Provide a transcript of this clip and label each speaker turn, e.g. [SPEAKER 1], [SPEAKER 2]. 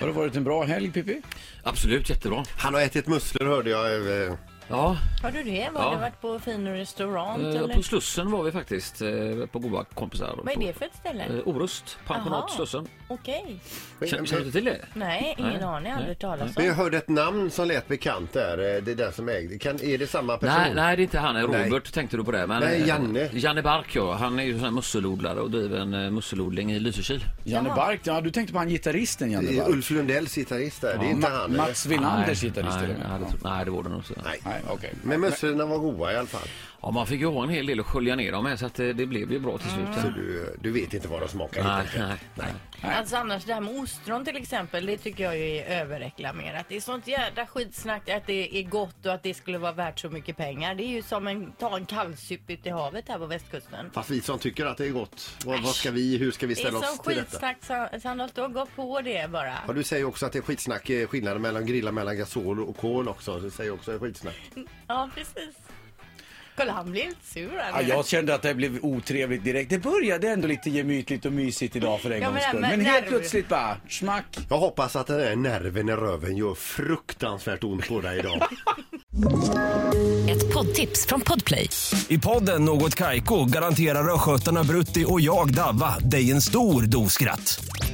[SPEAKER 1] Har det varit en bra helg, Pippi?
[SPEAKER 2] Absolut, jättebra.
[SPEAKER 3] Han har ätit musslor hörde jag. eh,
[SPEAKER 2] Ja,
[SPEAKER 4] Har du det? Var
[SPEAKER 2] Ja.
[SPEAKER 4] du varit på fin restaurant
[SPEAKER 2] eh,
[SPEAKER 4] eller?
[SPEAKER 2] på Slussen var vi faktiskt eh, på goda kompisar.
[SPEAKER 4] Vad är det för ett ställe?
[SPEAKER 2] Eh, Orust,
[SPEAKER 4] Jaha.
[SPEAKER 2] pensionat Slussen.
[SPEAKER 4] Okej.
[SPEAKER 2] Känner, känner du till det?
[SPEAKER 4] Nej, ingen
[SPEAKER 2] Nej,
[SPEAKER 4] aning. Aldrig
[SPEAKER 2] nej,
[SPEAKER 4] talas
[SPEAKER 3] Men jag
[SPEAKER 4] om.
[SPEAKER 3] hörde ett namn som lät bekant där. eh, Det är den som ägde. Kan, är det samma person?
[SPEAKER 2] Nej, nej, det är inte han. Eh, Robert
[SPEAKER 3] Nej.
[SPEAKER 2] tänkte du på det. Men,
[SPEAKER 3] Nej,
[SPEAKER 2] eh,
[SPEAKER 3] Janne.
[SPEAKER 2] Janne Bark, ja. Han är ju sån här musselodlare och driver en eh, musselodling i Lysekil.
[SPEAKER 1] Janne Bark, ja, du tänkte på han gitarristen Janne
[SPEAKER 3] Det är
[SPEAKER 1] Bark.
[SPEAKER 3] Ulf Lundells gitarrist där. Det är inte
[SPEAKER 1] Ma-
[SPEAKER 3] han. eh. eller?
[SPEAKER 1] Mats Wilanders gitarrist
[SPEAKER 2] nej,
[SPEAKER 1] är det
[SPEAKER 2] nej,
[SPEAKER 1] väl?
[SPEAKER 2] det
[SPEAKER 1] Ja.
[SPEAKER 2] tror- nej, det var det nog. Så.
[SPEAKER 3] Nej.
[SPEAKER 1] Nej, okej.
[SPEAKER 3] Men musslorna var goda i alla fall.
[SPEAKER 2] Ja, man fick ju ha en hel del att skölja ner dem med så att eh, det, det blev ju bra till slut.
[SPEAKER 3] Så du, du vet inte vad de smakar. helt
[SPEAKER 2] Nej,
[SPEAKER 3] enkelt.
[SPEAKER 2] nej, nej.
[SPEAKER 4] Alltså annars det här med ostron till exempel, det tycker jag ju är överreklamerat. Det är sånt jädra skitsnack att det är gott och att det skulle vara värt så mycket pengar. Det är ju som en, ta en kallsup ut i havet här på västkusten.
[SPEAKER 3] Fast vi som tycker att det är gott, vad, vad ska vi, hur ska vi
[SPEAKER 4] Det är
[SPEAKER 3] ställa oss
[SPEAKER 4] som
[SPEAKER 3] till detta?
[SPEAKER 4] skitsnack Sa- Sandholt, då gå på det bara.
[SPEAKER 3] Ja, du säger också att det är skitsnack, eh, skillnaden mellan grilla mellan gasol och kol också. Du säger också skitsnack.
[SPEAKER 4] Ja, precis. Kolla, han blir lite sur. här
[SPEAKER 1] Ja,
[SPEAKER 4] nu.
[SPEAKER 1] jag kände att det här blev otrevligt direkt. Det började ändå lite gemytligt och mysigt idag för en
[SPEAKER 4] Ja, men
[SPEAKER 1] gångs
[SPEAKER 4] det här
[SPEAKER 1] skull.
[SPEAKER 4] med
[SPEAKER 1] Men
[SPEAKER 4] nerv.
[SPEAKER 1] helt plötsligt bara, smack.
[SPEAKER 3] Jag hoppas att den här nerven i röven gör fruktansvärt ont på dig idag.
[SPEAKER 5] Ett poddtips från Podplay.
[SPEAKER 6] I podden Något Kaiko garanterar östgötarna Brutti och jag, Davva, dig en stor dos skratt.